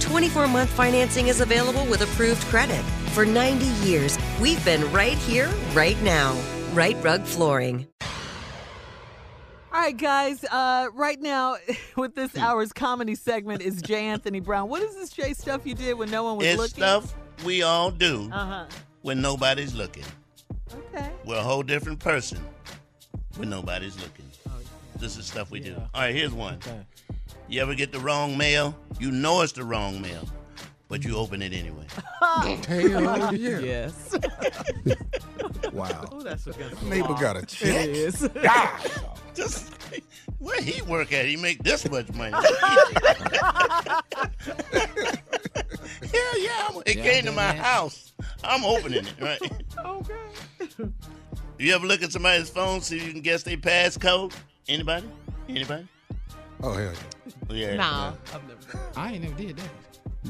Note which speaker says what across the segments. Speaker 1: 24 month financing is available with approved credit. For 90 years, we've been right here, right now. Right Rug Flooring.
Speaker 2: All right, guys. Uh, right now, with this
Speaker 3: Hmm.
Speaker 2: hour's comedy segment, is J. Anthony Brown. What is this Jay stuff you did when no one was
Speaker 4: It's
Speaker 2: looking?
Speaker 4: stuff we all do
Speaker 2: Uh huh.
Speaker 4: when nobody's looking.
Speaker 2: Okay.
Speaker 4: We're a whole different person when nobody's looking.
Speaker 2: Oh,
Speaker 4: This is stuff we do. All right, here's one. You ever get the wrong mail? You know it's the wrong mail, but you open it anyway.
Speaker 3: Hell yeah.
Speaker 2: Yes.
Speaker 3: Wow.
Speaker 2: Oh, that's what
Speaker 3: Neighbor got a
Speaker 2: It
Speaker 3: check.
Speaker 2: is.
Speaker 4: Just where he work at? He make this much money. yeah, yeah. I'm- it came to my house. I'm opening it. Right.
Speaker 2: okay.
Speaker 4: You ever look at somebody's phone see if you can guess their passcode? Anybody? Anybody?
Speaker 3: Oh, hell yeah.
Speaker 4: Yeah.
Speaker 2: Nah.
Speaker 5: I ain't never did that.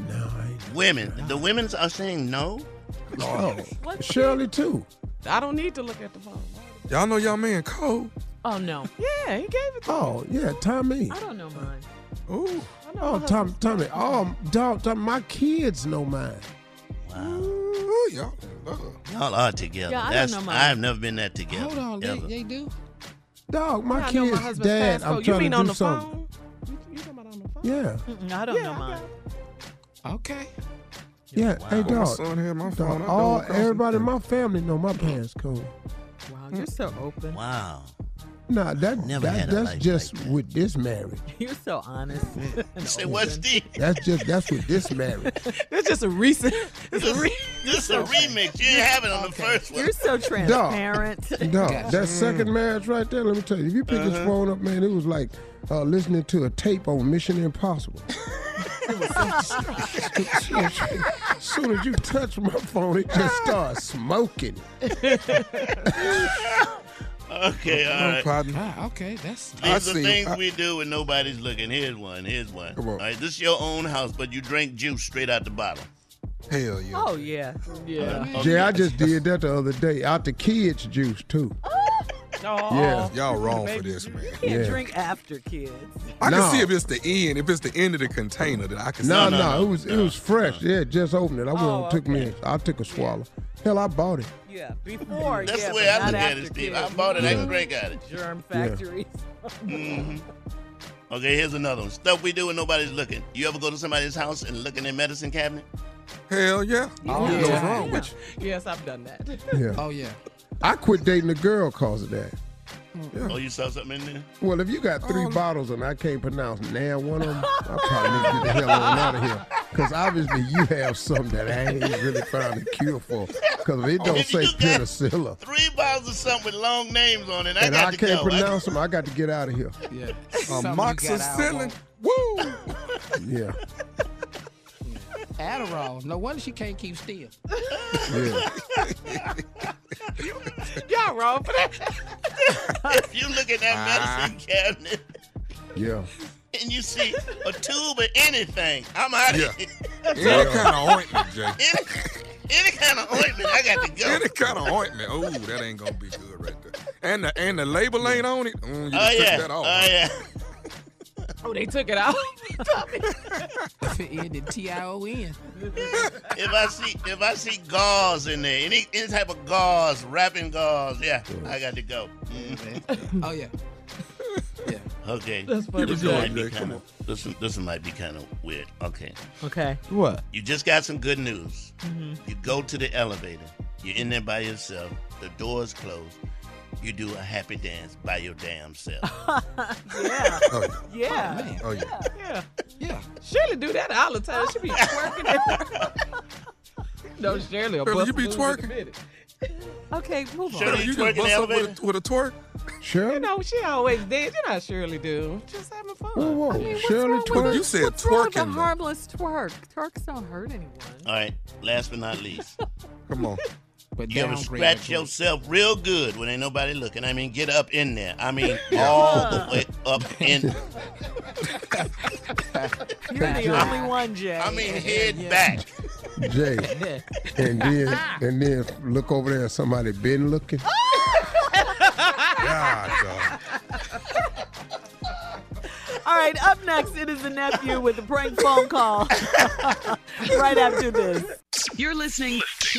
Speaker 3: No, I ain't.
Speaker 4: Women. The women's are saying no.
Speaker 3: Oh, Shirley, too.
Speaker 5: I don't need to look at the phone.
Speaker 3: Y'all know y'all man Cole.
Speaker 2: Oh no. Yeah, he gave it. to
Speaker 3: Oh, yeah, Tommy.
Speaker 2: I don't know mine.
Speaker 3: Ooh.
Speaker 2: know
Speaker 3: Oh,
Speaker 2: her
Speaker 3: Tommy, Tommy. Oh, dog, Tommy, my kids know mine.
Speaker 4: Wow.
Speaker 3: Ooh, y'all. uh,
Speaker 4: Y'all are together.
Speaker 2: Yeah, I don't
Speaker 4: That's
Speaker 2: know mine.
Speaker 4: I've never been that together.
Speaker 5: Hold on, they,
Speaker 4: ever.
Speaker 5: they do.
Speaker 3: Dog, my
Speaker 2: I know my
Speaker 3: kids,
Speaker 2: husband's
Speaker 3: dad,
Speaker 2: passcode.
Speaker 3: I'm
Speaker 2: You
Speaker 3: trying
Speaker 2: mean
Speaker 3: to do
Speaker 2: on the
Speaker 3: something.
Speaker 5: You, you talking about on the phone?
Speaker 3: Yeah,
Speaker 2: Mm-mm, I don't know
Speaker 5: I
Speaker 2: mine.
Speaker 5: Okay.
Speaker 3: yeah. Hey,
Speaker 6: Wow.
Speaker 3: dog.
Speaker 6: son had my
Speaker 3: dog,
Speaker 6: phone, I
Speaker 3: all
Speaker 6: dove across the
Speaker 3: everybody in
Speaker 6: street.
Speaker 3: my family know my parents code.
Speaker 2: Wow, you're so open.
Speaker 4: Wow.
Speaker 3: Nah, that,
Speaker 4: Never
Speaker 3: that
Speaker 4: had a
Speaker 3: that's
Speaker 4: life
Speaker 3: just
Speaker 4: like that.
Speaker 3: with this marriage.
Speaker 2: You're so honest. and
Speaker 4: Say
Speaker 2: open.
Speaker 4: what's this?
Speaker 3: Oh, That's just that's with this marriage.
Speaker 5: That's just a recent.
Speaker 4: This, this a remix. You didn't have it on the first one.
Speaker 2: You're so transparent.
Speaker 3: Dog, that second marriage right there. Let me tell you, if you pick
Speaker 4: Uh-huh.
Speaker 3: this phone up, man, it was like uh, listening to a tape on Mission Impossible. As soon as you touch my phone, it just starts smoking.
Speaker 4: Okay, all right.
Speaker 3: Pardon?
Speaker 5: Ah, okay, that's.
Speaker 4: These
Speaker 3: I
Speaker 4: are
Speaker 3: see.
Speaker 4: things
Speaker 3: I-
Speaker 4: we do when nobody's looking. Here's one. Here's one.
Speaker 3: Come on.
Speaker 4: All right, this is your own house, but you drink juice straight out the bottle.
Speaker 3: Hell yeah.
Speaker 2: Oh yeah. Yeah.
Speaker 4: Okay.
Speaker 3: Jay, I just did that the other day. Out the kids' juice too. Yeah.
Speaker 7: Oh, Y'all wrong for this, man.
Speaker 2: Oh. You can't drink after kids.
Speaker 7: I
Speaker 3: No.
Speaker 7: can see if it's the end, if it's the end of the container that I can
Speaker 3: No,
Speaker 7: see.
Speaker 3: no, it was it was fresh. Yeah, just opened it. I went and took me. a- I took a swallow. Hell, I bought it.
Speaker 2: Oh, Yeah, before.
Speaker 4: That's
Speaker 2: yeah,
Speaker 4: the way
Speaker 2: but
Speaker 4: I
Speaker 2: not
Speaker 4: look at it,
Speaker 2: after
Speaker 4: Steve.
Speaker 2: kids.
Speaker 4: I bought it, I can
Speaker 2: Yeah.
Speaker 4: drink out of it.
Speaker 2: Germ
Speaker 4: Yeah.
Speaker 2: factories.
Speaker 4: Okay, here's another one. Stuff we do when nobody's looking. You ever go to somebody's house and look in their medicine cabinet?
Speaker 7: Hell yeah.
Speaker 3: Oh, yeah. What's wrong
Speaker 5: with
Speaker 2: you? Yes, I've done that.
Speaker 3: Yeah.
Speaker 5: Oh yeah.
Speaker 3: I quit dating a girl cause of that.
Speaker 4: Oh, you saw something in there?
Speaker 3: Well, if you got three bottles and I can't pronounce now one of them, I probably need to get the hell on out of here. Because obviously you have something that I ain't really found a cure for. Because if it don't say penicillin
Speaker 4: Three bottles of something with long names on it. I
Speaker 3: and
Speaker 4: got
Speaker 3: I
Speaker 4: to
Speaker 3: can't
Speaker 4: go.
Speaker 3: pronounce them, I got to get out of here.
Speaker 5: Yeah.
Speaker 7: Amoxicillin.
Speaker 5: Woo!
Speaker 3: Yeah.
Speaker 5: Adderall. No wonder she can't keep still.
Speaker 3: Yeah.
Speaker 2: Y'all wrong for that.
Speaker 4: if you look in that
Speaker 7: Ah.
Speaker 4: medicine cabinet
Speaker 3: Yeah.
Speaker 4: and you see a tube of anything, I'm out of
Speaker 7: Yeah.
Speaker 4: here.
Speaker 7: Any kind of ointment, Jay.
Speaker 4: Any, any kind of ointment, I got to go.
Speaker 7: Any kind of ointment. Oh, that ain't gonna be good right there. And the and the label ain't on it. Mm, you
Speaker 4: Oh,
Speaker 7: just took
Speaker 4: yeah.
Speaker 7: that off.
Speaker 4: Oh, yeah.
Speaker 2: Oh, they took it out.
Speaker 5: It ended T I O N.
Speaker 4: if I see if I see gauze in there, any any type of gauze, wrapping gauze, yeah, I got to go.
Speaker 5: Oh yeah.
Speaker 4: Okay.
Speaker 5: That's funny,
Speaker 4: This
Speaker 5: Jack.
Speaker 4: might be
Speaker 5: Come
Speaker 4: kind
Speaker 5: on.
Speaker 4: of this, one- this one might be kind of weird. Okay.
Speaker 2: Okay.
Speaker 5: What?
Speaker 4: You just got some good news.
Speaker 5: Mm-hmm.
Speaker 2: Mhm.
Speaker 4: You go to the elevator. You're in there by yourself. The door's closed. You do a happy dance by your damn self.
Speaker 2: Yeah. Yeah.
Speaker 7: Oh yeah.
Speaker 2: Yeah.
Speaker 5: Yeah.
Speaker 2: Shirley do that all the time. She be twerking. everywhere. no, Shirley. will
Speaker 7: Shirley,
Speaker 2: bust
Speaker 7: you
Speaker 2: a
Speaker 7: be
Speaker 2: move in a
Speaker 7: twerking?
Speaker 2: minute. Okay, move on.
Speaker 7: Shirley, you just bust up with a, with a twerk.
Speaker 3: Sure.
Speaker 2: You know, she always did. You know how Shirley do. Just having fun.
Speaker 3: Whoa, whoa.
Speaker 2: I mean, what's
Speaker 3: Shirley
Speaker 2: wrong
Speaker 3: twerk?
Speaker 2: With,
Speaker 3: You said
Speaker 2: what's wrong with a
Speaker 3: twerking, though.
Speaker 2: harmless twerk. Twerks don't hurt anyone.
Speaker 4: All right. Last but not least,
Speaker 7: Come on.
Speaker 5: But
Speaker 4: you ever
Speaker 5: downgrade
Speaker 4: scratch
Speaker 5: it.
Speaker 4: yourself real good when ain't nobody looking. I mean, get up in there. I mean, all the way up in.
Speaker 2: You're the only one, Jay.
Speaker 4: I mean, head back.
Speaker 3: Jay. And then and then look over there somebody been looking.
Speaker 7: God, dog.
Speaker 2: All right, up next, it is the nephew with the prank phone call. right after this.
Speaker 8: You're listening to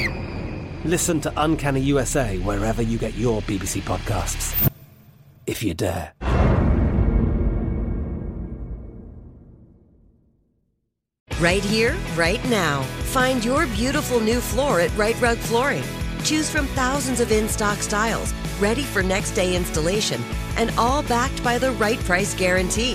Speaker 9: screamed.
Speaker 10: Listen to Uncanny USA wherever you get your BBC podcasts, if you dare.
Speaker 1: Right here, right now. Find your beautiful new floor at Right Rug Flooring. Choose from thousands of in stock styles, ready for next day installation, and all backed by the right price guarantee.